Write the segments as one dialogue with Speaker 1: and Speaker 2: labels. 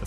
Speaker 1: The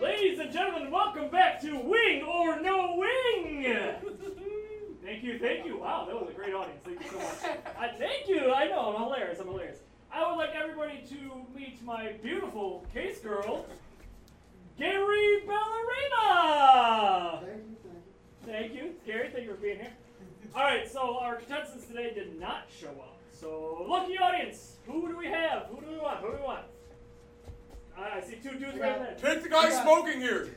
Speaker 2: Ladies and gentlemen, welcome back to Wing or No Wing. thank you, thank you. Wow, that was a great audience. Thank you so much. I, thank you. I know I'm hilarious. I'm hilarious. I would like everybody to meet my beautiful case girl, Gary Ballerina. Thank you, Gary. Thank you for being here. All right, so our contestants today did not show up. So lucky audience, who do we have? Who do we want? Who do we want? I I see two dudes right there.
Speaker 3: Pick the guy smoking here.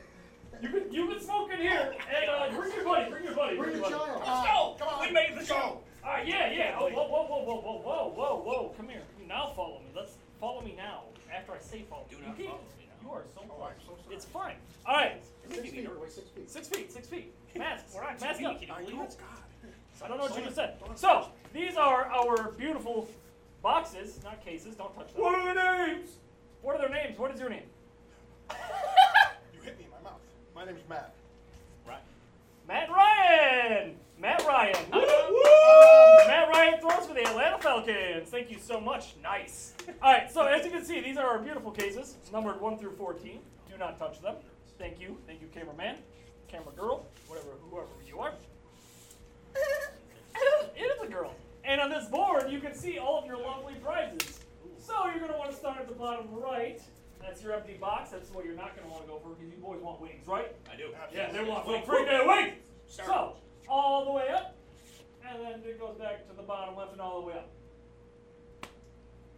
Speaker 2: You've been, you've been smoking here. Hey, uh, bring your buddy, bring your buddy, bring your buddy.
Speaker 3: Let's go. Uh, Come on. We made the show.
Speaker 2: All right, yeah, yeah. Oh, whoa, whoa, whoa, whoa, whoa, whoa, whoa, whoa. Come here. Now follow me. Let's follow me now. After I say follow. Do
Speaker 3: not follow me
Speaker 2: now. You are so.
Speaker 3: Oh, I'm so sorry.
Speaker 2: It's fine. All right.
Speaker 4: Six feet, everybody six feet.
Speaker 2: Six feet. Six feet. Mask. We're not mask up.
Speaker 3: I know. God.
Speaker 2: I don't know what you just said. So these are our beautiful boxes, not cases. Don't touch them.
Speaker 3: What are their names?
Speaker 2: What are their names? What is your name?
Speaker 3: You hit me in my mouth. My name's Matt.
Speaker 2: Matt Ryan. Matt Ryan. Matt Ryan throws for the Atlanta Falcons. Thank you so much. Nice. All right. So as you can see, these are our beautiful cases, numbered one through fourteen. Do not touch them. Thank you. Thank you, cameraman, camera girl, whatever, whoever you are. It is a girl. And on this board, you can see all of your lovely prizes. So you're gonna want to start at the bottom right. That's your empty box. That's what you're not gonna want to go for because you boys want wings, right?
Speaker 5: I do.
Speaker 2: Yeah, they want like free day wings. So all the way up, and then it goes back to the bottom left and all the way up.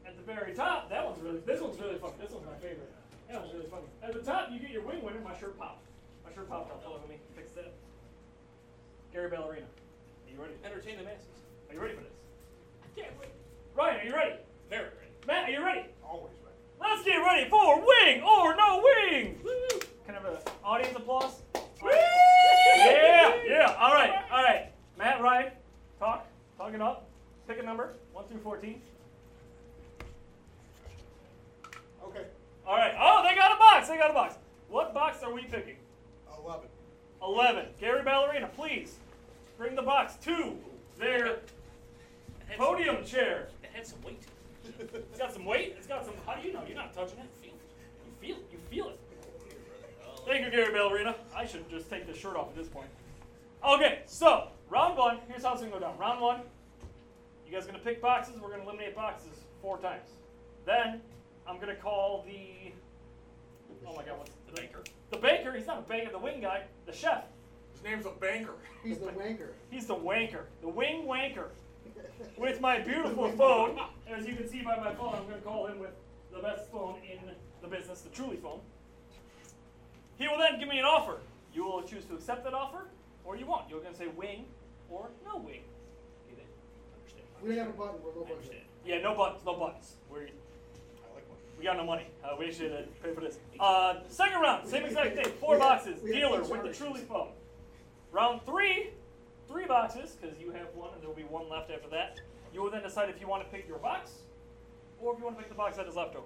Speaker 2: At the very top, that one's really this one's really funny. This one's my favorite. That one's really funny. At the top, you get your wing winner. My shirt popped. My shirt popped off. Hold on, let me fix that. Gary Ballerina, are you ready?
Speaker 5: Entertain the masses.
Speaker 2: Are you ready for this? I can't wait. Ryan, are you ready?
Speaker 5: Very ready.
Speaker 2: Matt, are you ready?
Speaker 3: Always ready.
Speaker 2: Let's get ready for wing or no wing. Can I have an audience applause? Yeah, yeah. All right, all right. Matt Ryan, talk, talk it up. Pick a number, one through fourteen.
Speaker 3: Okay.
Speaker 2: All right. Oh, they got a box. They got a box. What box are we picking?
Speaker 3: Eleven.
Speaker 2: Eleven. Gary Ballerina, please bring the box to their
Speaker 5: It had
Speaker 2: podium chair.
Speaker 5: Some, it had some weight. to
Speaker 2: It's got some weight. It's got some. How do you know? You're not touching it. Feel it. You feel it. You feel it. Thank you, Gary Ballerina. I should just take this shirt off at this point. Okay, so round one. Here's how it's gonna go down. Round one. You guys are gonna pick boxes. We're gonna eliminate boxes four times. Then I'm gonna call the. Oh my God! What's
Speaker 5: it. The banker.
Speaker 2: the baker? He's not a baker. The wing guy. The chef.
Speaker 3: His name's a banker.
Speaker 4: He's the wanker.
Speaker 2: He's the wanker. The wing wanker. With my beautiful phone, as you can see by my phone, I'm going to call him with the best phone in the business, the Truly phone. He will then give me an offer. You will choose to accept that offer, or you won't. You're going to say wing or no wing. You then understand.
Speaker 4: We didn't have a button. We're low
Speaker 5: I
Speaker 4: budget.
Speaker 5: understand.
Speaker 2: Yeah, no buttons, no buttons. We're,
Speaker 3: I like one.
Speaker 2: we got no money. Uh, we should uh, pay for this. Uh, second round, same exact thing. Four
Speaker 4: We have-
Speaker 2: boxes.
Speaker 4: we have
Speaker 2: Dealer
Speaker 4: each
Speaker 2: with the
Speaker 4: other.
Speaker 2: Truly phone. Round three, three boxes because you have one and there will be one left after that. You will then decide if you want to pick your box or if you want to pick the box that is left over.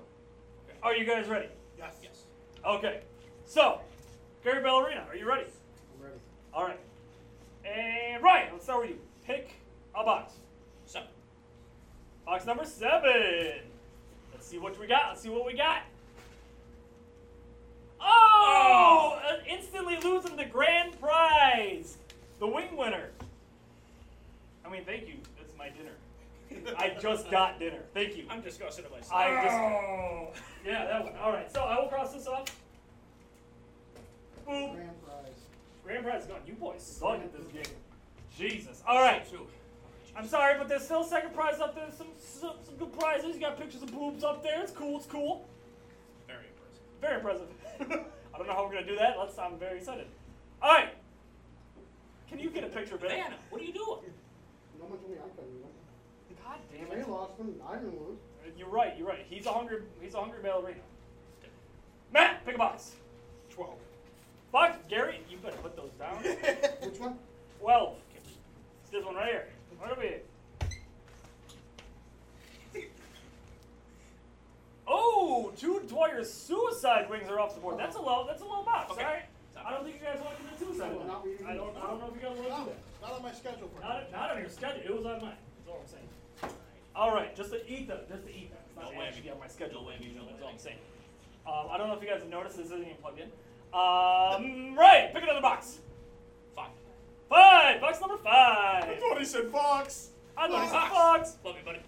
Speaker 5: Okay.
Speaker 2: Are you guys ready?
Speaker 3: Yes.
Speaker 5: Yes.
Speaker 2: Okay. So, Gary Ballerina, are you ready?
Speaker 4: I'm ready.
Speaker 2: All right. And Ryan, let's start with you. Pick a box.
Speaker 5: So,
Speaker 2: Box number seven. Let's see what we got. Let's see what we got. Oh! Uh, Instantly losing the grand prize. The wing winner. I mean, thank you. That's my dinner. I just got dinner. Thank you.
Speaker 5: I'm disgusted at myself.
Speaker 2: I
Speaker 5: Oh.
Speaker 2: just. Yeah, that one. All right. So I will cross this off. Boop.
Speaker 4: Grand prize.
Speaker 2: Grand prize is gone. You boys suck at this game. Jesus. All right.
Speaker 5: Two.
Speaker 2: I'm sorry, but there's still second prize up there. Some some, some good prizes. You got pictures of boobs up there. It's cool. It's cool.
Speaker 5: Very impressive.
Speaker 2: Very impressive. I don't know how we're gonna do that. Let's. I'm very excited. All right. Can you get a picture, Bill?
Speaker 5: Vanna, what are you doing?
Speaker 4: No one told me I couldn't win.
Speaker 2: God damn
Speaker 4: They
Speaker 2: it.
Speaker 4: lost them. I didn't lose.
Speaker 2: You're right. You're right. He's a hungry. He's a hungry ballerina. Matt, pick a box.
Speaker 3: Twelve.
Speaker 2: Box, Gary. You better put those down.
Speaker 4: Which one?
Speaker 2: Oh, Wings are off the board. That's a low. That's a low box.
Speaker 5: Okay.
Speaker 2: All right.
Speaker 5: It's not
Speaker 2: I don't think you guys want to do two sided.
Speaker 4: Well, not really.
Speaker 2: I don't. I don't know if you guys want to do
Speaker 3: No,
Speaker 2: that.
Speaker 3: not on my schedule for now.
Speaker 2: Not, not on your schedule. It was on mine. That's all I'm saying. All right, just to eat them. Just to eat them. It's not
Speaker 5: No whammy.
Speaker 2: actually on my
Speaker 5: No
Speaker 2: schedule.
Speaker 5: whammy, no
Speaker 2: That's all I'm
Speaker 5: whammy.
Speaker 2: saying. Um, I don't know if you guys have noticed this isn't even plugged in. Um, right, pick another box.
Speaker 5: Fuck.
Speaker 2: Five. Box number five.
Speaker 3: I thought he said Fox.
Speaker 2: I thought he said
Speaker 5: Box.
Speaker 2: box.
Speaker 5: Love you, buddy.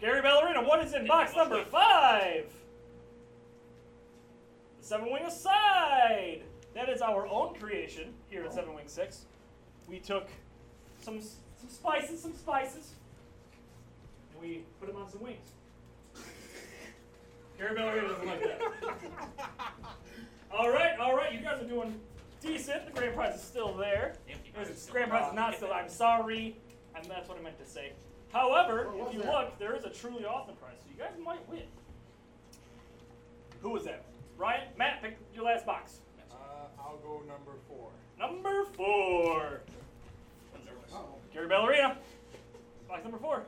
Speaker 2: Gary Ballerina, what is in box number five? The Seven Wing Aside. That is our own creation here at Seven Wing Six. We took some s- some spices, some spices, and we put them on some wings. Gary Ballerina doesn't like that. all right, all right, you guys are doing decent. The grand prize is still there.
Speaker 5: Empty
Speaker 2: There's-
Speaker 5: box.
Speaker 2: grand prize is not still. I'm sorry. And that's what I meant to say. However,
Speaker 4: What was
Speaker 2: if you
Speaker 4: that?
Speaker 2: look, there is a truly awesome prize, so you guys might win. Who was that? Ryan, Matt, pick your last box.
Speaker 3: Uh, I'll go number four.
Speaker 2: Number four.
Speaker 3: Oh.
Speaker 4: Uh-oh.
Speaker 2: Gary Ballerina. Box number four.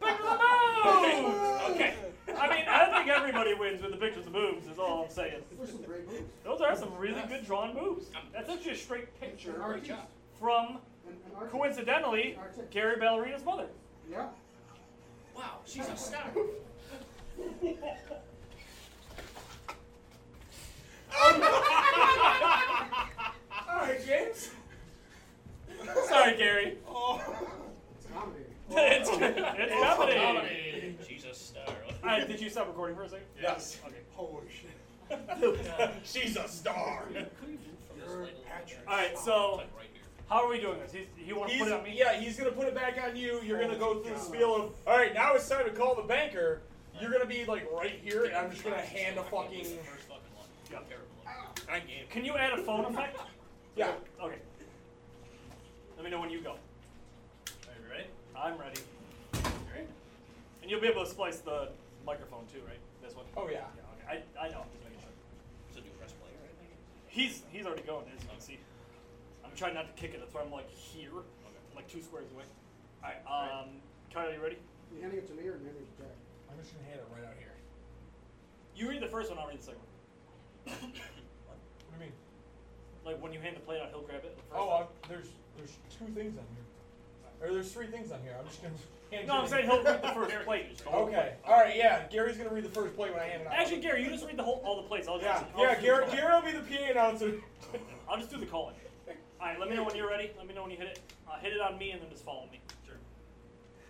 Speaker 2: Pictures of
Speaker 5: Okay.
Speaker 2: boobs.
Speaker 5: Okay.
Speaker 2: I mean, I think everybody wins with the pictures of boobs. Is all I'm saying.
Speaker 4: There's some great moves.
Speaker 2: Those are some really good drawn moves. That's actually a straight
Speaker 4: An
Speaker 2: picture
Speaker 4: artist.
Speaker 2: from,
Speaker 4: An, an artist.
Speaker 2: coincidentally, Gary Ballerina's mother.
Speaker 4: Yeah.
Speaker 5: Wow, she's a star.
Speaker 3: All right, James.
Speaker 2: Sorry, Gary.
Speaker 3: Oh.
Speaker 4: It's comedy.
Speaker 2: it's it's happening.
Speaker 5: Comedy. She's a star.
Speaker 2: All right, did you stop recording for a second?
Speaker 3: Yes.
Speaker 2: Okay.
Speaker 3: Holy shit.
Speaker 5: Uh,
Speaker 3: She's a star.
Speaker 5: Could you move from
Speaker 3: You're
Speaker 5: this light a little
Speaker 3: Patrick.
Speaker 5: bit?
Speaker 2: All right, so
Speaker 5: Like right here.
Speaker 2: how are we doing this? He's, he wants to
Speaker 6: He's,
Speaker 2: put it on me.
Speaker 6: yeah, he's gonna put it back on you. You're gonna go through the
Speaker 4: God.
Speaker 6: spiel of, all right, now it's time to call the banker. You're gonna be like right here, and I'm just gonna hand a fucking
Speaker 5: First fucking one.
Speaker 2: Yeah.
Speaker 5: Terrible. I gave
Speaker 2: Can you add a phone effect?
Speaker 6: yeah.
Speaker 2: Okay. Let me know when you go.
Speaker 5: Are you ready?
Speaker 2: I'm ready.
Speaker 5: Alright.
Speaker 2: And you'll be able to splice the microphone too, right? This one.
Speaker 6: Oh yeah.
Speaker 2: Yeah. Okay. I, I know. I'm just making sure.
Speaker 5: So do press play, right?
Speaker 2: He's he's already going, as you can see. I'm trying not to kick it. That's why I'm like here, like two squares away. All right. Um, Kyle, you ready?
Speaker 4: You handing it to me or you handing it to Jack?
Speaker 6: I'm just gonna hand it right out here.
Speaker 2: You read the first one. I'll read the second one.
Speaker 6: What do you mean?
Speaker 2: Like when you hand the plate out, he'll grab it. The first
Speaker 6: Oh,
Speaker 2: time.
Speaker 6: i there's there's two things on here, or there's three things on here. I'm just gonna. Hand
Speaker 2: No,
Speaker 6: you
Speaker 2: I'm
Speaker 6: the-
Speaker 2: saying he'll read the first plate.
Speaker 6: Okay. All right. Yeah. Gary's gonna read the first plate when I hand it out.
Speaker 2: Actually, Gary, you just read the whole all the plates. I'll just
Speaker 6: Yeah.
Speaker 2: I'll
Speaker 6: Yeah.
Speaker 2: just do
Speaker 6: Gary.
Speaker 2: the
Speaker 6: Gary will be the PA announcer.
Speaker 2: calling. I'll just do the calling. All right, let me know when you're ready. Let me know when you hit it. Uh, hit it on me and then just follow me.
Speaker 5: Sure.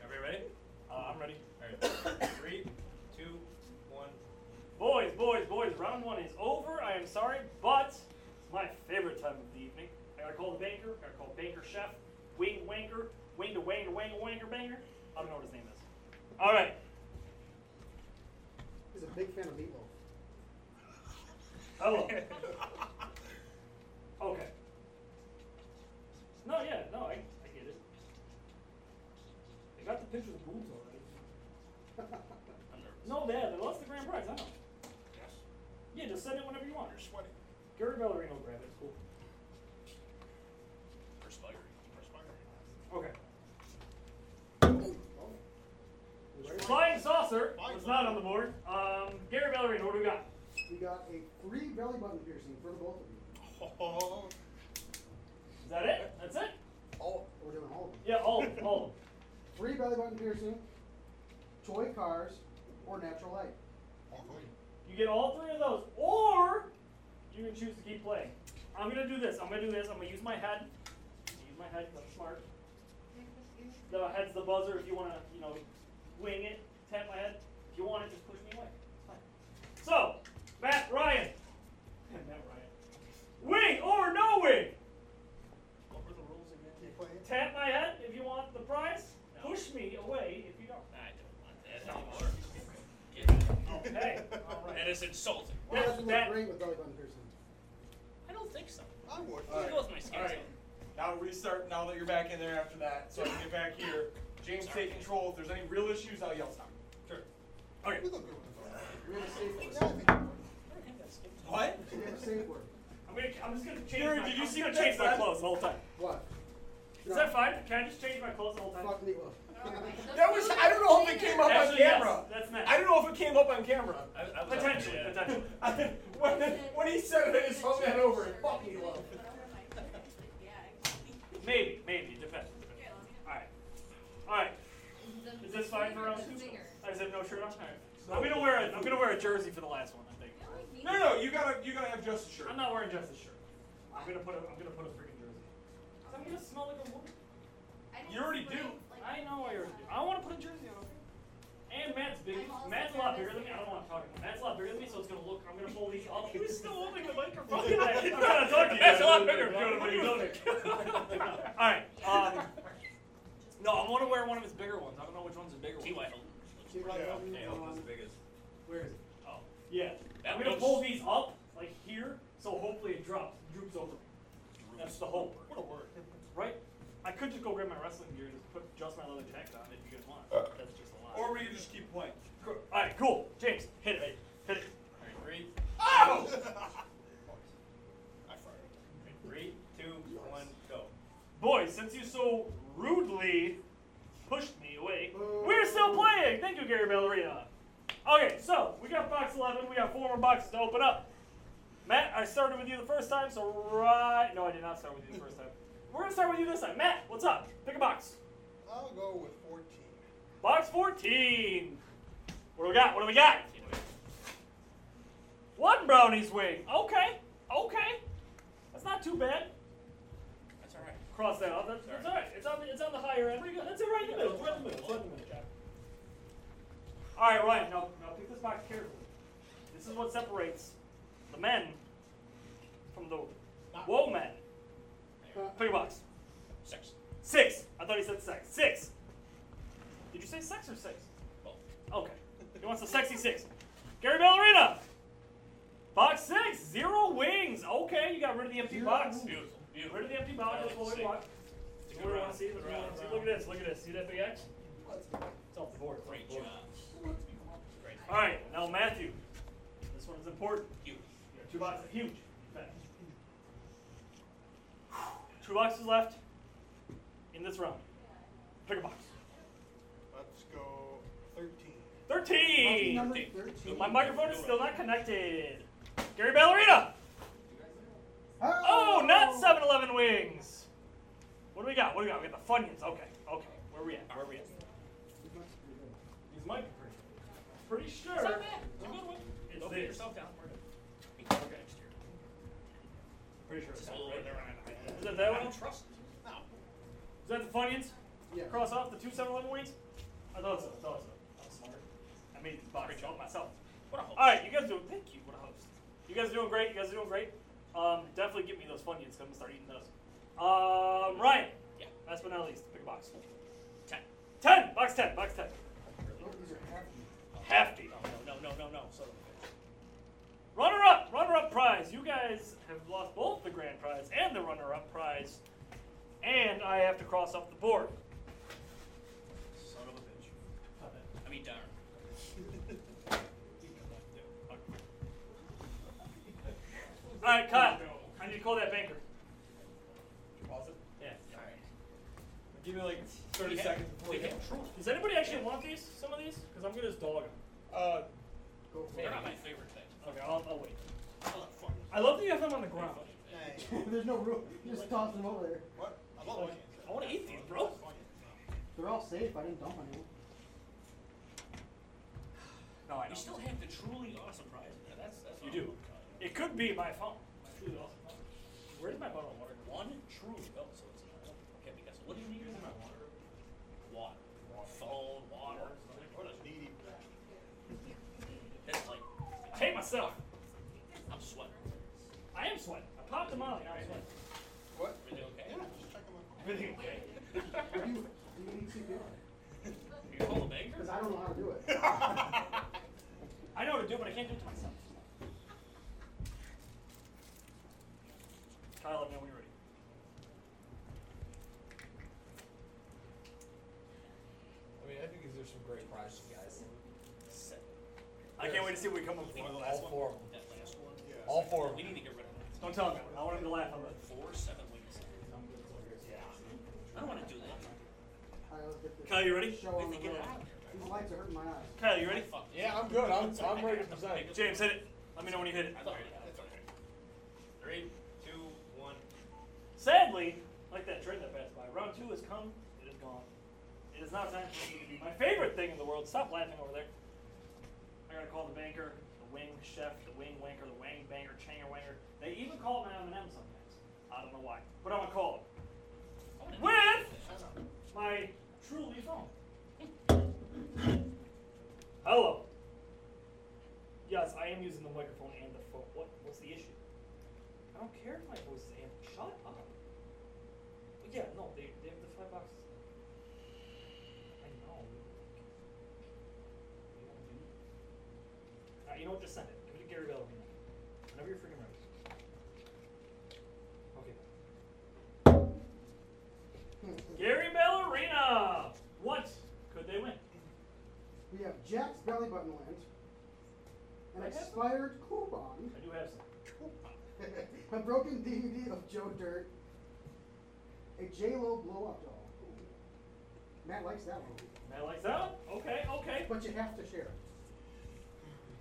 Speaker 5: Everybody ready?
Speaker 2: Uh, I'm ready.
Speaker 5: Alright. Three, two, one.
Speaker 2: Boys, boys, boys, round one is over. I am sorry, but it's my favorite time of the evening. I gotta call the banker, I gotta call banker chef, wing wanker, wing to wang to wang wanker banger. I don't know what his name is. Alright.
Speaker 4: He's a big fan of meatloaf.
Speaker 2: Hello. Oh. okay. No, yeah, no, I, I get it. They got the picture of the boobs already.
Speaker 5: I'm nervous.
Speaker 2: No, they they lost the grand prize, I know.
Speaker 5: Yes.
Speaker 2: Yeah, just send it whenever you want.
Speaker 3: You're sweating.
Speaker 2: Gary Ballerino will grab it, it's cool.
Speaker 5: Perspiring. Perspiring.
Speaker 2: Okay.
Speaker 4: Oh. Right.
Speaker 2: Flying saucer
Speaker 5: Flying
Speaker 2: was not on the board. Um, Gary Ballerino, what do we got?
Speaker 4: We got a free belly button piercing for the both of you.
Speaker 3: Oh.
Speaker 2: Is that it? That's it?
Speaker 4: All we're doing all of them.
Speaker 2: Yeah, all of them, all of them.
Speaker 4: Free belly button piercing, toy cars, or natural light.
Speaker 2: You get all three of those, or you can choose to keep playing. I'm gonna do this. I'm gonna do this. I'm gonna use my head. I'm gonna Use my head. 'cause I'm smart. The head's the buzzer. If you wanna, you know, wing it, tap my head. If you want it, just push me away. It's fine. So, Matt Ryan. Matt Ryan. Wing or no wing?
Speaker 5: What were the rules again?
Speaker 3: Keep playing.
Speaker 2: Tap my head if you want the prize.
Speaker 5: No.
Speaker 2: Push me away if you don't.
Speaker 5: I don't want that anymore.
Speaker 2: Okay.
Speaker 5: Yeah. That is insulting.
Speaker 4: Well,
Speaker 2: Yes,
Speaker 4: that doesn't
Speaker 2: that-
Speaker 4: look great with belly button piercing.
Speaker 5: I don't think so.
Speaker 3: I would.
Speaker 5: I'll go with my skin
Speaker 6: All right.
Speaker 5: tone.
Speaker 6: Now restart. Now that you're back in there after that, so I can get back here. James, take control. If there's any real issues, I'll yell stop.
Speaker 5: Sure.
Speaker 3: We look good with this.
Speaker 4: We have a safe
Speaker 3: Yeah, I
Speaker 4: word.
Speaker 3: think we would.
Speaker 5: I don't have that skin tone.
Speaker 6: What?
Speaker 4: We have a safe word.
Speaker 2: I'm, gonna, I'm just gonna change.
Speaker 6: Gary,
Speaker 2: my,
Speaker 6: did you
Speaker 2: I'm just
Speaker 6: see
Speaker 2: gonna
Speaker 6: what
Speaker 2: change
Speaker 6: that
Speaker 2: my
Speaker 6: said?
Speaker 2: clothes the whole time?
Speaker 4: What?
Speaker 2: Is that fine? Can I just change my clothes the whole time?
Speaker 4: Fuck meatloaf.
Speaker 6: That was, I don't know if it came up on
Speaker 2: Actually, yes,
Speaker 6: camera.
Speaker 2: that's next. Uh,
Speaker 6: I don't know if it came up on camera.
Speaker 5: I, I was
Speaker 2: Potentially,
Speaker 5: yeah.
Speaker 2: potentially.
Speaker 6: I, when, when he said it, I just hung that over and fucked me up.
Speaker 2: Maybe, maybe, depends. Alright. Alright. Is this fine for us? I just have no shirt on? Alright. I'm gonna wear a, I'm gonna wear a jersey for the last one, I think.
Speaker 6: No, no, no, you gotta, you gotta have just a shirt.
Speaker 2: I'm not wearing just a shirt. I'm gonna put a I'm gonna put a freaking jersey. i I'm gonna smell like a woman.
Speaker 6: You already do.
Speaker 2: I know I already do. I wanna put a jersey on. And Matt's big
Speaker 7: I'm also
Speaker 2: Matt's a lot bigger
Speaker 7: nervous.
Speaker 2: than me. I don't wanna talk about Matt's a lot bigger than me, so it's gonna look I'm gonna fold these up.
Speaker 5: Who's still holding the microphone?
Speaker 2: I'm trying to talk to you.
Speaker 5: That's a lot
Speaker 2: guys.
Speaker 5: bigger.
Speaker 2: What are you doing? Alright, um no, I wanna wear one of his bigger ones. I don't know which one's the bigger one.
Speaker 5: T.Y. Hilton.
Speaker 8: biggest.
Speaker 2: Where is it? Oh, yeah.
Speaker 5: That
Speaker 2: I'm gonna
Speaker 5: looks-
Speaker 2: pull these up like here, so hopefully it drops, droops over me. That's the hope,
Speaker 6: What a word.
Speaker 2: right? I could just go grab my wrestling gear and just put just my leather jacket on if you guys want.
Speaker 5: Uh,
Speaker 2: That's just a lot.
Speaker 6: Or we can just keep playing.
Speaker 2: All right, cool. James, hit it, hit it.
Speaker 5: All right,
Speaker 6: Oh!
Speaker 3: I fired.
Speaker 5: three, three, two, one, go.
Speaker 2: Boys, since you so rudely pushed me away,
Speaker 3: Uh,
Speaker 2: we're still playing. Thank you, Gary Ballerina. Okay, so we got box eleven. We got four more boxes to open up. Matt, I started with you the first time, so right. No, I did not start with you the first time. We're gonna start with you this time. Matt, what's up? Pick a box.
Speaker 3: I'll go with 14.
Speaker 2: Box fourteen. What do we got? What do we got? One brownie's wing. Okay. Okay. That's not too bad.
Speaker 5: That's all right.
Speaker 2: Cross that off. That's, that's all right. It's on the it's on the higher end. Pretty good. That's it right in the middle. It's right in the middle. It's right in the middle. All right, Ryan. Now, now pick this box carefully. This is what separates the men from the woe men. Pick a box.
Speaker 5: Six.
Speaker 2: Six. I thought he said sex. Six. Did you say sex or six?
Speaker 5: Well,
Speaker 2: Okay. He wants the sexy six. Gary Ballerina. Box six. Zero wings. Okay, you got rid of the empty box.
Speaker 5: beautiful, beautiful.
Speaker 2: Rid of the empty box. That's what we want.
Speaker 5: It's
Speaker 2: What
Speaker 5: a good
Speaker 2: do we
Speaker 5: round.
Speaker 2: want to see? What do we want to see? Look at this. Look at this. See that big X? It's off the board. It's off
Speaker 5: Great
Speaker 2: the
Speaker 5: job.
Speaker 2: board.
Speaker 5: Great.
Speaker 2: All right, now Matthew. This one's important.
Speaker 5: You.
Speaker 2: You got two boxes. Huge. In fact. Two boxes left in this round. Pick a box.
Speaker 3: Let's go 13.
Speaker 4: Lucky
Speaker 2: Thirteen.
Speaker 4: number thirteen.
Speaker 2: My microphone is still not connected. Gary Ballerina. Oh, not 7 Eleven wings. What do we got? What do we got? We got the Funyuns. Okay, okay. Where we at? Where we at? These might be pretty. Pretty sure.
Speaker 5: It's not bad. It's a good one.
Speaker 2: It's
Speaker 5: Don't beat
Speaker 2: this.
Speaker 5: yourself down. We're good. Okay. Next year.
Speaker 2: Pretty sure.
Speaker 5: It's
Speaker 2: It's
Speaker 5: a
Speaker 2: not
Speaker 5: little
Speaker 2: right
Speaker 5: bit
Speaker 2: there.
Speaker 5: there.
Speaker 2: Is that that
Speaker 5: I
Speaker 2: one?
Speaker 5: don't
Speaker 2: Is
Speaker 5: trust it. No.
Speaker 2: that the Funyuns?
Speaker 4: Yeah.
Speaker 2: Cross off the two 7 Eleven wings? I thought so. I thought so. I'm smart. I made this box up myself.
Speaker 5: What a host.
Speaker 2: Alright, you guys doing. Thank you. What a host. You guys are doing great. You guys are doing great. Um, definitely give me those Funyuns. 'cause I'm going to start eating those. Um, Ryan.
Speaker 5: Yeah.
Speaker 2: Last but not least, pick a box.
Speaker 5: Ten.
Speaker 2: 10! Box 10, box 10.
Speaker 4: Oh, these are hefty.
Speaker 2: Hefty.
Speaker 5: No, no, no, no, no. So.
Speaker 2: Runner up, runner up prize. You guys have lost both the grand prize and the runner up prize, and I have to cross off the board.
Speaker 5: Son of a bitch. I mean, darn.
Speaker 2: All right, Kyle, I need to call that banker.
Speaker 6: Pause it.
Speaker 2: Yeah.
Speaker 6: Give me like 30
Speaker 5: We had-
Speaker 6: seconds before
Speaker 5: we
Speaker 6: we go.
Speaker 5: had truth.
Speaker 2: Does anybody actually want these? Some of these? Because I'm gonna just dog 'em.
Speaker 6: Uh,
Speaker 4: Go for
Speaker 5: They're
Speaker 4: it.
Speaker 5: not my favorite things.
Speaker 2: Okay, I'll, I'll wait.
Speaker 5: Oh, fuck.
Speaker 2: I love that you have them on the ground.
Speaker 3: Dang.
Speaker 4: There's no room. You just toss them over there.
Speaker 3: What? I love onions.
Speaker 2: I want to eat these, bro.
Speaker 4: They're all safe. I didn't dump anyone.
Speaker 2: No, I
Speaker 5: You still have the truly awesome prize. Yeah, that's, that's
Speaker 2: You
Speaker 5: what
Speaker 2: do.
Speaker 5: I'm-
Speaker 2: It could be my phone. Truly awesome. Where's my bottle of water?
Speaker 5: One true. Oh, so it's not. Okay, because what do you need in my water? Water. Phone, water.
Speaker 3: What a needy bastard.
Speaker 5: That's like,
Speaker 2: I hate myself.
Speaker 5: I'm sweating.
Speaker 2: I am sweating. I popped them out. and I was sweating.
Speaker 3: What?
Speaker 5: Everything okay?
Speaker 3: Yeah, just check them out.
Speaker 2: Everything okay?
Speaker 4: Do you, do you need to do
Speaker 5: You call the banker?
Speaker 4: Because I don't know how to do it.
Speaker 2: I know what to do, but I can't do it to myself. Kyle, let me know when you're ready.
Speaker 8: I mean, I think these are some great prizes, guys.
Speaker 5: Set.
Speaker 2: I can't wait to see what we come up with.
Speaker 5: Think the
Speaker 8: All
Speaker 5: last one?
Speaker 8: four of them.
Speaker 5: That last one?
Speaker 3: Yeah.
Speaker 8: All four of
Speaker 5: We
Speaker 8: them.
Speaker 5: need to get rid of that.
Speaker 2: Don't tell him. I want him to laugh. I'm
Speaker 5: Four, seven weeks. I don't want to do that.
Speaker 4: Alright, let's get this.
Speaker 5: Kyle, you ready?
Speaker 4: Show
Speaker 5: I
Speaker 4: on the
Speaker 5: think get
Speaker 4: road.
Speaker 5: it
Speaker 2: "Ah,
Speaker 5: out of here.
Speaker 4: These lights are hurting my eyes.
Speaker 5: Kyle, you ready? Fuck.
Speaker 6: Yeah, I'm good. I'm, I'm ready to present.
Speaker 5: James, hit it. Let me know when you hit it. I thought I thought I had
Speaker 7: Three, two, one.
Speaker 2: Sadly, like that trend that passed by, round two has come, it is gone. It is now time for me to do my favorite thing in the world. Stop laughing over there. I gotta call the banker, the wing chef, the wing wanker, the wang banger, changer wanger. They even call him an M&M sometimes. I don't know why, but I'm gonna call him. With my truly phone. Hello. Yes, I am using the microphone and the phone. What? What's the issue? I don't care if my voice is amp. Shut up. But yeah, no, they, they have the five boxes. I know. You don't do that. Alright, you know what? Just send it. Give it to Gary Bell. Whenever you're freaking ready. Okay. Gary Ballerina! What could they win?
Speaker 4: We have Jack's Belly Button Land, an
Speaker 2: I have-
Speaker 4: expired coupon,
Speaker 2: I do have some.
Speaker 4: a broken DVD of Joe Dirt, a J Lo blow up doll. Matt likes that one,
Speaker 2: Matt likes that one? Okay, okay.
Speaker 4: but you have to share it.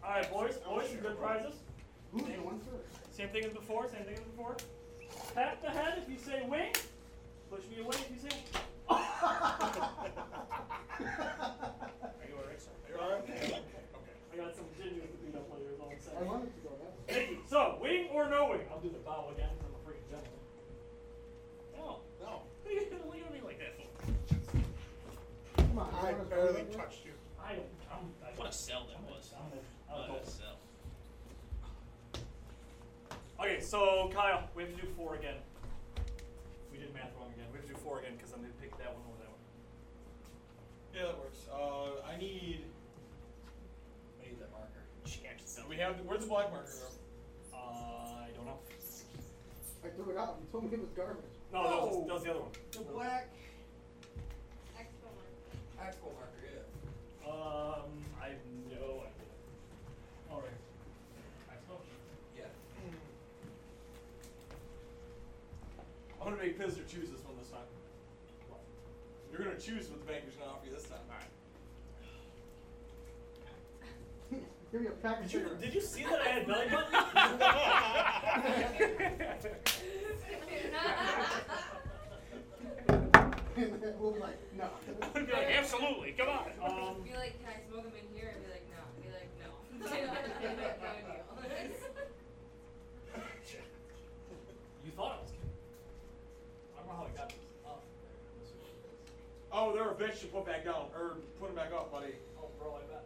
Speaker 2: Alright, boys, boys, some good prizes.
Speaker 4: Who's going first?
Speaker 2: Same thing as before, same thing as before. Pat the head if you say wing. Push me away if you say.
Speaker 5: Are you alright, sir?
Speaker 6: You're all right? Okay.
Speaker 2: I got some ginger to beat up later, is all I'm
Speaker 4: I
Speaker 2: saying.
Speaker 4: wanted to go that.
Speaker 2: Thank you. So, wing or no wing? I'll do the bow again because I'm a freaking gentleman. No.
Speaker 6: No,
Speaker 2: What are you gonna look at me like that for?
Speaker 4: way. Come on.
Speaker 3: I
Speaker 4: you wanna go
Speaker 3: barely
Speaker 4: that way?
Speaker 3: touched you.
Speaker 2: I don't. I'm, I,
Speaker 5: What a sell that was.
Speaker 2: I'm a, I'm a
Speaker 5: What
Speaker 2: gold.
Speaker 5: a sell.
Speaker 2: Okay, so Kyle, we have to do four again. We did math wrong again. We have to do four again because I'm gonna pick that one over that one.
Speaker 6: yeah, that works. Uh, I need.
Speaker 5: I need that marker. Chances.
Speaker 6: Do we have? Where's the black marker? Rob?
Speaker 2: Uh, I don't know.
Speaker 4: I threw it out. You told me it was garbage.
Speaker 2: No, that, was, that was the other one.
Speaker 8: The black
Speaker 9: Expo marker.
Speaker 8: actual marker, yeah.
Speaker 2: Um, I have no idea. All right. I suppose.
Speaker 8: Yeah.
Speaker 6: Hmm. I'm gonna make Pizzer choose this one this time. You're gonna choose what the banker's gonna offer you this time. All right.
Speaker 4: Give me a pack of
Speaker 2: Did you,
Speaker 4: cigarettes.
Speaker 2: did you see that I had belly button?
Speaker 4: And then we'll be like, no.
Speaker 2: I'd be like, absolutely, come on. Um,
Speaker 9: Be like, can I smoke them in here? And be like, no. Be like, no. No deal.
Speaker 2: you thought I was kidding. I don't know how I got this up there.
Speaker 6: Oh, they're a bitch to put back down or put them back up, buddy.
Speaker 2: Oh, bro, I bet.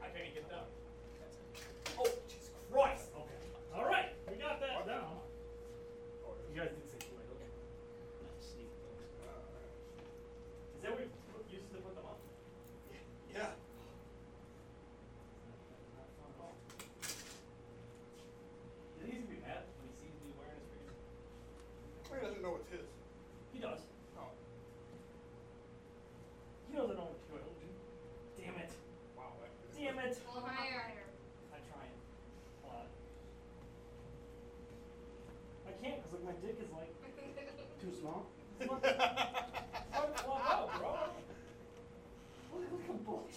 Speaker 2: I can't even get down. Oh, Jesus Christ. Okay. All right, we got that down.
Speaker 3: Oh,
Speaker 2: You guys did say too late. Okay. Is that what you used to put them up?
Speaker 6: yeah.
Speaker 2: Did he used to be mad when he sees me wearing his freaking?
Speaker 3: He doesn't know it's his.
Speaker 2: He does.
Speaker 3: Oh.
Speaker 2: He doesn't know what to do. Damn it.
Speaker 3: Wow. that-
Speaker 2: Damn it.
Speaker 9: Well, higher.
Speaker 2: I try and hold on. I can't because like my dick is like
Speaker 4: Too small?
Speaker 2: what? Fuck, fuck out, bro. Look like a bush.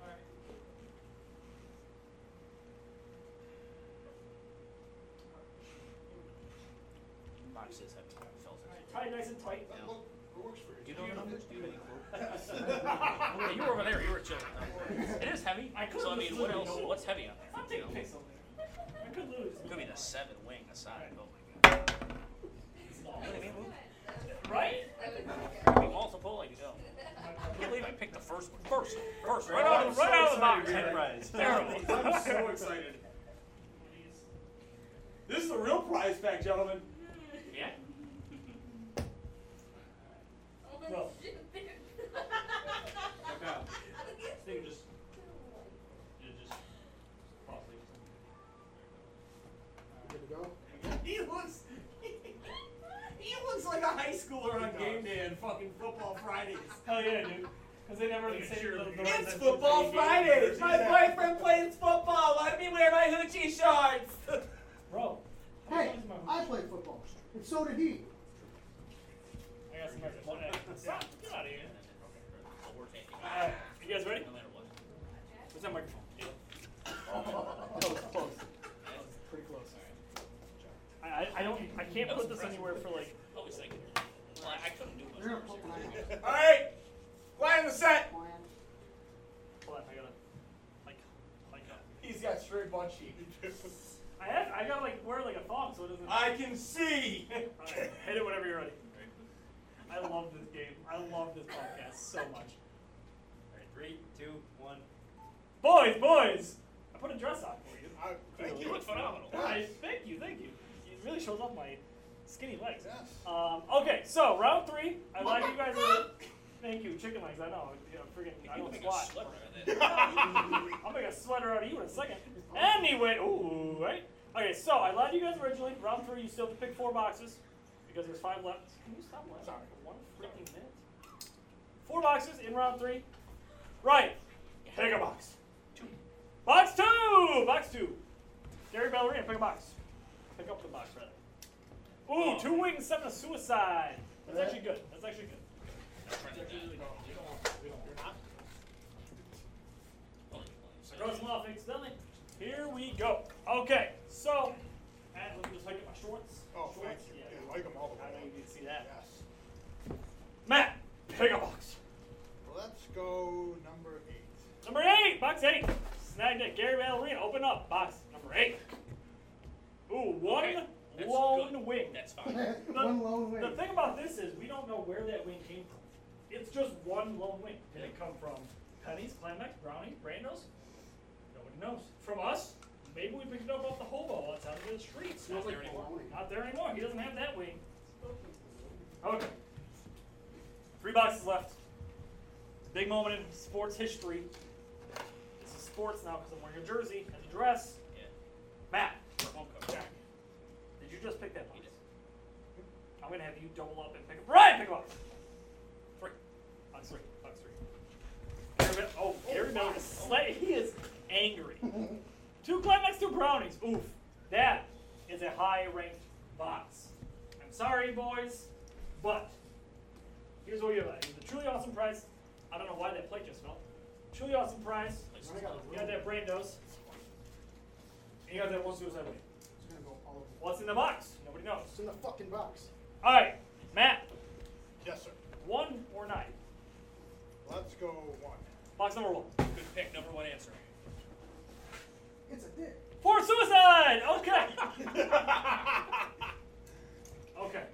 Speaker 2: Alright.
Speaker 5: Boxes have filters.
Speaker 2: Alright, tie it nice and tight.
Speaker 3: That look, it works for you.
Speaker 5: Do you know your numbers? Do you have any clue? Hey, Oh, you were over there. You were chilling. It is heavy.
Speaker 2: I could
Speaker 5: so I mean, what
Speaker 2: literally
Speaker 5: else?
Speaker 2: know.
Speaker 5: What's heavy on there?
Speaker 2: I'm taking a piss on there. I could literally just
Speaker 5: Could be the
Speaker 2: look
Speaker 5: seven wing aside. Oh my god.
Speaker 2: at
Speaker 5: What do you mean?
Speaker 2: it. Right?
Speaker 5: Could be multiple. I can tell. I can't believe I picked the first one. First, first, right out of the right out of the box. Terrible.
Speaker 6: I'm so excited. This is a real prize pack, gentlemen.
Speaker 5: Yeah.
Speaker 9: Oh, shit.
Speaker 6: Now,
Speaker 5: They just, you just probably.
Speaker 4: Good to go.
Speaker 6: he looks. He looks like a high schooler on game day and fucking football Fridays.
Speaker 2: Hell yeah, dude. Because they never say the, the right
Speaker 6: It's
Speaker 2: sentence
Speaker 6: football
Speaker 2: when they get-
Speaker 6: Fridays. My boyfriend plays football. Let me wear my hoochie shorts.
Speaker 2: Bro.
Speaker 4: Hey,
Speaker 2: I
Speaker 4: I played football, and so did he.
Speaker 2: got as much money. Stop! Get out of here.
Speaker 5: Uh,
Speaker 2: You guys ready?
Speaker 5: no matter what.
Speaker 2: What's that microphone?
Speaker 4: Pretty close.
Speaker 2: I, I, I don't. I can't put this anywhere for like.
Speaker 5: Oh, it's like, well, I, I couldn't do much.
Speaker 4: You're gonna put mine out.
Speaker 6: All right, line the set.
Speaker 4: Plan.
Speaker 2: Hold on. I gotta. Like. Like. uh,
Speaker 6: He's got straight bunchy.
Speaker 2: I have. I gotta like wear like a thong so it doesn't.
Speaker 6: I can see.
Speaker 2: Alright, hit it whenever you're ready. I love this game. I love this podcast so much.
Speaker 7: Alright, three, two, one.
Speaker 2: Boys, boys! I put a dress on for you.
Speaker 3: I, thank
Speaker 5: You
Speaker 3: you.
Speaker 5: look phenomenal.
Speaker 2: I, thank you, thank you. It really shows off my skinny legs.
Speaker 3: Yes.
Speaker 2: Um, okay, so round three. I lied to you guys. earlier. Thank you, chicken legs. I know. Yeah, I'm freaking. I
Speaker 5: You
Speaker 2: don't
Speaker 5: make a
Speaker 2: squat.
Speaker 5: sweater out of that.
Speaker 2: I'll make a sweater out of you in a second. Anyway, ooh, right? Okay, so I lied to you guys originally. Round three, you still have to pick four boxes because there's five left. Can you stop laughing? for One freaking minute. Four boxes in round three. Right. Pick a box.
Speaker 5: Two.
Speaker 2: Box two. Box two. Dairy ballerina. Pick a box. Pick up the box rather.
Speaker 3: Oh.
Speaker 2: Ooh, two wings, seven of suicide. That's actually good. That's actually good. I wrote some off accidentally. Here we go. Okay, so, and let me just hike up my shorts.
Speaker 3: Oh,
Speaker 2: shorts.
Speaker 3: thank you.
Speaker 2: Yeah.
Speaker 3: Yeah, like them all the way.
Speaker 2: I don't even need to see that.
Speaker 3: Yes.
Speaker 2: Matt, pick a box.
Speaker 3: Let's go number eight.
Speaker 2: Number eight, box eight. Snagged it. Gary Ballerina, open up. Box number eight. Ooh, one
Speaker 5: Okay, that's
Speaker 2: lone
Speaker 5: good.
Speaker 2: wing.
Speaker 5: That's fine.
Speaker 4: One lone wing.
Speaker 2: The thing about this is we don't know where that wing came from. It's just one lone wing. Did it come from Penny's, Climax, Brownie, Brando's? Nobody knows. From us? Maybe we picked it up off the hobo outside of the street.
Speaker 4: Smells like
Speaker 5: there anymore.
Speaker 4: bologna.
Speaker 2: Not there anymore. He doesn't have that wing. Okay. Three boxes left. Big moment in sports history. This is sports now because I'm wearing a jersey and a dress.
Speaker 5: Yeah.
Speaker 2: Matt,
Speaker 5: Home cover.
Speaker 2: did you just pick that box?
Speaker 5: He did.
Speaker 2: I'm gonna have you double up and pick up. Ryan, pick a box. Three. Box three. Box three. Gary Bell- oh, Gary Bell is sla- He is angry. two climax, two brownies. Oof. That is a high ranked box. I'm sorry, boys, but here's what we have. It's a truly awesome prize. I don't know why that plate just fell. Truly awesome prize.
Speaker 5: Like,
Speaker 4: I got a
Speaker 2: You got
Speaker 4: room.
Speaker 2: that Brando's. And you got that one suicide wing.
Speaker 4: It's gonna go all over.
Speaker 2: What's in the box? Nobody knows.
Speaker 4: It's in the fucking box.
Speaker 2: All right, Matt,
Speaker 3: Yes, sir.
Speaker 2: one or nine?
Speaker 3: Let's go one.
Speaker 2: Box number one.
Speaker 5: Good pick, number one answer.
Speaker 4: It's a dick.
Speaker 2: For suicide! Okay. okay.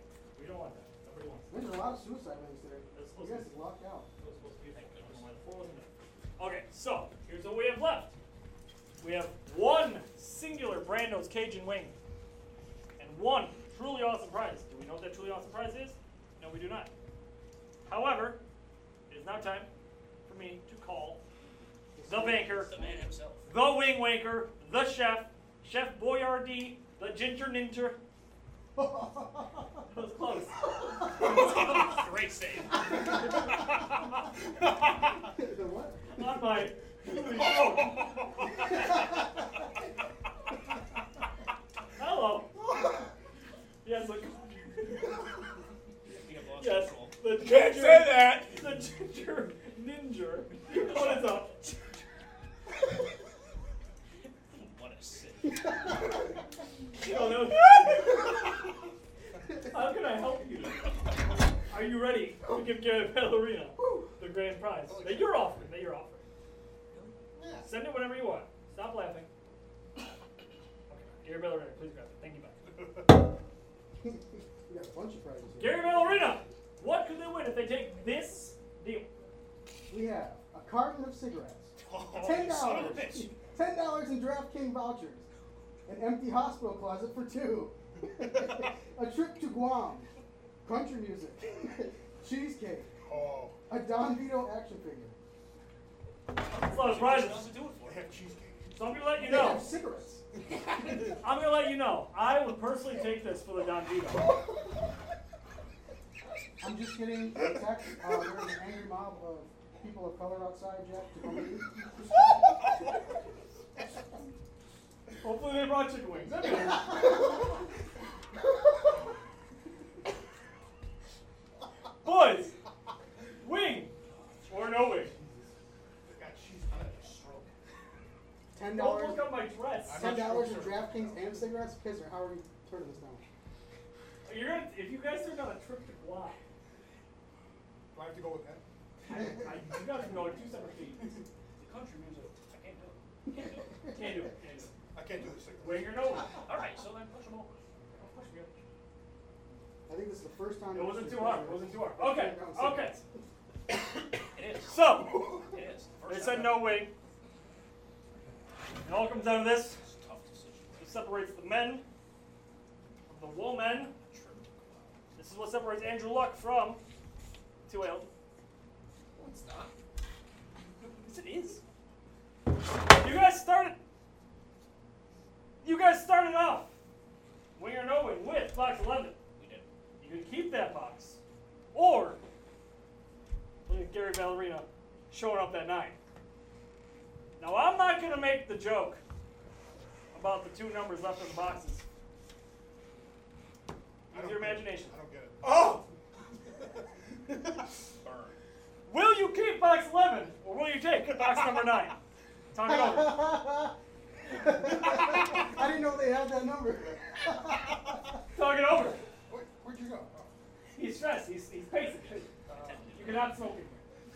Speaker 2: We don't want that. Nobody wants
Speaker 4: There's a lot of suicide wings there.
Speaker 2: That's
Speaker 4: You guys lucked out.
Speaker 2: that. It was supposed to be a thing. I don't know why the four wasn't there. Okay, so here's what we have left. We have one singular Brando's Cajun wing. And one truly awesome prize. Do we know what that truly awesome prize is? No, we do not. However, it is now time for me to call the banker.
Speaker 5: The man himself.
Speaker 2: the wing wanker, the chef, Chef Boyardee, the ginger ninja. That was close.
Speaker 5: Great save.
Speaker 4: the what?
Speaker 2: On my. Hello. Yes, look.
Speaker 5: We have lost
Speaker 2: Yes,
Speaker 5: control.
Speaker 2: the ginger.
Speaker 6: Can't say that.
Speaker 2: The ginger ninja. What is up?
Speaker 5: What a sit.
Speaker 2: Oh, no. How can I help you? Are you ready to give Gary Ballerina the grand prize that you're offering? That you're offering. Send it whenever you want. Stop laughing. Okay. Gary Ballerina, please grab it. Thank you, bye.
Speaker 4: we got a bunch of prizes here.
Speaker 2: Gary Ballerina, what could they win if they take this deal?
Speaker 4: We have a carton of cigarettes,
Speaker 5: Oh,
Speaker 4: ten
Speaker 5: you son of
Speaker 4: dollars,
Speaker 5: a bitch.
Speaker 4: ten dollars in DraftKings vouchers, an empty hospital closet for two, a trip to Guam, country music, cheesecake,
Speaker 3: Oh,
Speaker 4: a Don Vito action figure.
Speaker 2: That's a lot of
Speaker 5: What
Speaker 2: prizes.
Speaker 5: else to do it for?
Speaker 3: I have cheesecake.
Speaker 2: So I'm gonna let you
Speaker 4: They
Speaker 2: know.
Speaker 4: have cigarettes.
Speaker 2: I'm gonna let you know. I would personally take this for the Don Vito.
Speaker 4: I'm just getting a text. Uh, there's an angry mob of people of color outside, Jack. To come in.
Speaker 2: Hopefully they brought chicken wings. That'd be nice. Boys,
Speaker 4: DraftKings and cigarettes? Kisser, how are you turning this down?
Speaker 2: You're gonna, if you guys are on a trip to Guam,
Speaker 3: Do I have to go with that?
Speaker 2: I, I, you guys can go on two separate feet.
Speaker 5: The country music. I can't do it.
Speaker 2: Can't do it. Can't do it.
Speaker 3: I can't do this thing.
Speaker 2: Wing or no wing.
Speaker 5: All right, so then push them over.
Speaker 2: Push me up.
Speaker 4: I think this is the first time.
Speaker 2: It wasn't
Speaker 4: it's-
Speaker 2: too hard. It wasn't too hard. Okay. Okay.
Speaker 5: It is.
Speaker 2: So
Speaker 5: It is. The
Speaker 2: they
Speaker 5: first
Speaker 2: said
Speaker 5: time.
Speaker 2: no wing. It all comes down to this.
Speaker 5: It's a tough decision.
Speaker 2: It separates the men from the woman. This is what separates Andrew Luck from Two Ale.
Speaker 8: No, it's not.
Speaker 2: Yes, it is. You guys started. You guys started off. Wing or no wing with box 11.
Speaker 5: We did.
Speaker 2: You could keep that box. Or, look at Gary Ballerina showing up that night. Now, I'm not going to make the joke about the two numbers left in the boxes.
Speaker 3: I don't
Speaker 2: Use your
Speaker 3: get it.
Speaker 2: imagination.
Speaker 3: I don't get it.
Speaker 2: Oh!
Speaker 5: Burn.
Speaker 2: Will you keep box 11 or will you take box number 9? Time it over.
Speaker 4: I didn't know they had that number.
Speaker 2: Talk it over.
Speaker 3: Wait, where'd you go? Oh.
Speaker 2: He's stressed. He's, he's pacing. You cannot smoke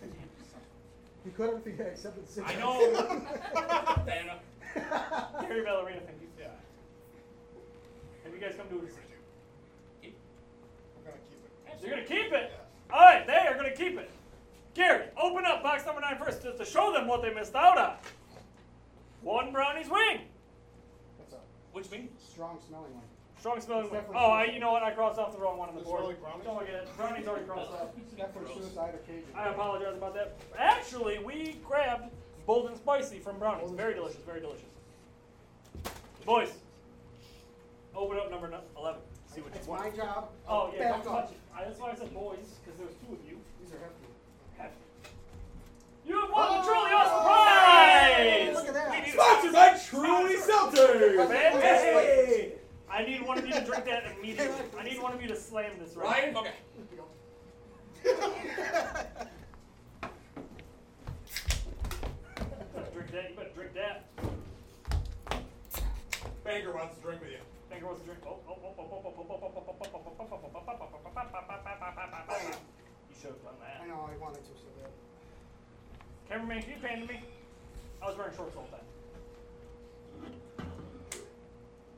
Speaker 2: in here.
Speaker 4: you could have if you accepted cigarettes.
Speaker 5: I know.
Speaker 2: Oh.
Speaker 5: Diana.
Speaker 2: Gary Ballerina, thank you.
Speaker 3: Yeah,
Speaker 2: Have you guys come to a decision?
Speaker 3: I'm gonna keep it.
Speaker 2: You're gonna keep
Speaker 3: Yes.
Speaker 2: it. All right, they are gonna keep it. Gary, open up box number nine first, just to show them what they missed out on. One brownie's wing,
Speaker 4: That's a
Speaker 5: Which means?
Speaker 4: strong smelling one.
Speaker 2: strong smelling wing.
Speaker 4: Definitely
Speaker 2: Oh, I,
Speaker 4: suicide.
Speaker 2: you know what? I crossed off the wrong one on the
Speaker 3: Does it
Speaker 2: board.
Speaker 3: smell like brownies?
Speaker 2: Don't look at it. Brownies already crossed off.
Speaker 4: It's got for suicide occasion.
Speaker 2: I apologize about that. Actually, we grabbed bold and spicy from brownies. Very delicious. Very delicious. Boys, open up number nu- eleven. See what you
Speaker 4: It's my
Speaker 2: want.
Speaker 4: job.
Speaker 2: Oh yeah,
Speaker 4: Back
Speaker 2: don't touch
Speaker 4: up.
Speaker 2: it. I- That's why I said boys, because there's two of you.
Speaker 4: These are hefty.
Speaker 2: Have You have won the
Speaker 4: Oh,
Speaker 2: truly awesome
Speaker 4: yay!
Speaker 2: prize!
Speaker 4: Look at that.
Speaker 6: Sponsored by Truly Seltzer!
Speaker 2: Fantastic! I need one of you to drink that immediately. I need one of you to slam this right.
Speaker 6: Ryan? Okay.
Speaker 2: You better drink that. You better drink that.
Speaker 6: Banger wants to drink with you.
Speaker 2: Think wants to drink. Oh, oh, oh, oh, oh, oh, oh, oh, oh, oh, oh, oh, oh, oh, oh, oh. You should have done
Speaker 4: I
Speaker 2: that.
Speaker 4: know, I wanted to so bad.
Speaker 2: Cameraman, can you pan to me? I was wearing shorts all the time.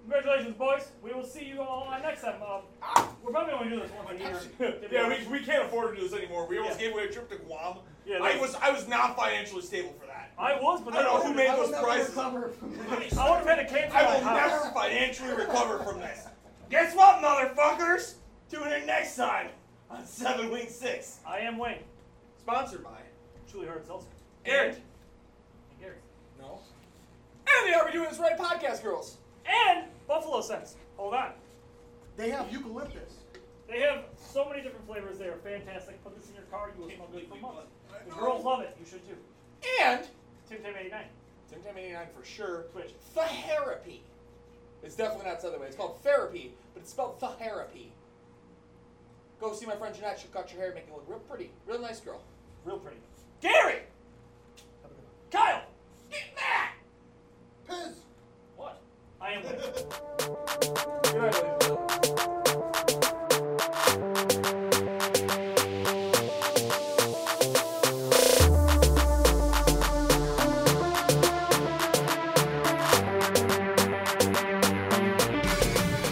Speaker 2: Congratulations, boys. We will see you all on next time. Um, we're probably only doing this once a year.
Speaker 6: yeah, we, we can't afford to do this anymore. We almost
Speaker 2: Yeah.
Speaker 6: gave away a trip to Guam.
Speaker 2: Yeah,
Speaker 6: I
Speaker 2: that's-
Speaker 6: was I was not financially stable for that.
Speaker 2: I was, but
Speaker 6: I don't know
Speaker 2: that-
Speaker 6: who made
Speaker 4: I will
Speaker 6: those
Speaker 4: never
Speaker 6: prices.
Speaker 4: recover from that.
Speaker 2: I would have had a cancel.
Speaker 6: I will
Speaker 2: my house.
Speaker 6: never financially recover from this. Guess what, motherfuckers? Tune in next time on Seven Wing Six,
Speaker 2: I am Wayne.
Speaker 6: sponsored by
Speaker 2: Truly hard seltzer.
Speaker 6: Garrett
Speaker 2: And Gary.
Speaker 8: No.
Speaker 6: and the Are We Doing This Right podcast girls.
Speaker 2: And Buffalo Sense. Hold on.
Speaker 4: They have eucalyptus.
Speaker 2: They have so many different flavors. They are fantastic. Put this in your car. You will smell good for months. The girls love it. You should too.
Speaker 6: And
Speaker 2: Tim Tim 89.
Speaker 6: Tim Tam 89 for sure.
Speaker 2: Twitch.
Speaker 6: Therapy. It's definitely not said that way. It's called therapy, but it's spelled therapy. Go see my friend Jeanette. She cut your hair and make it look real pretty. Real nice girl.
Speaker 2: Real pretty.
Speaker 6: Gary!
Speaker 2: Kyle!
Speaker 6: Get Matt!
Speaker 3: Piss!
Speaker 5: What?
Speaker 2: I am Wayne.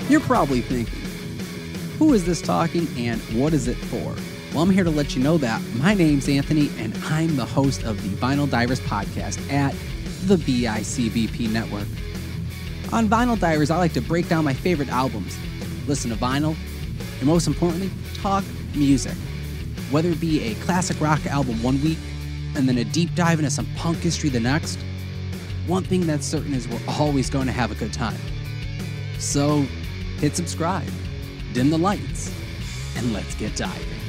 Speaker 10: You're probably thinking, who is this talking and what is it for? Well, I'm here to let you know that my name's Anthony and I'm the host of the Vinyl Divers podcast at the BICBP network. On Vinyl Divers, I like to break down my favorite albums, listen to vinyl, and most importantly, talk music. Whether it be a classic rock album one week and then a deep dive into some punk history the next, one thing that's certain is we're always going to have a good time. So hit subscribe, dim the lights, and let's get diving.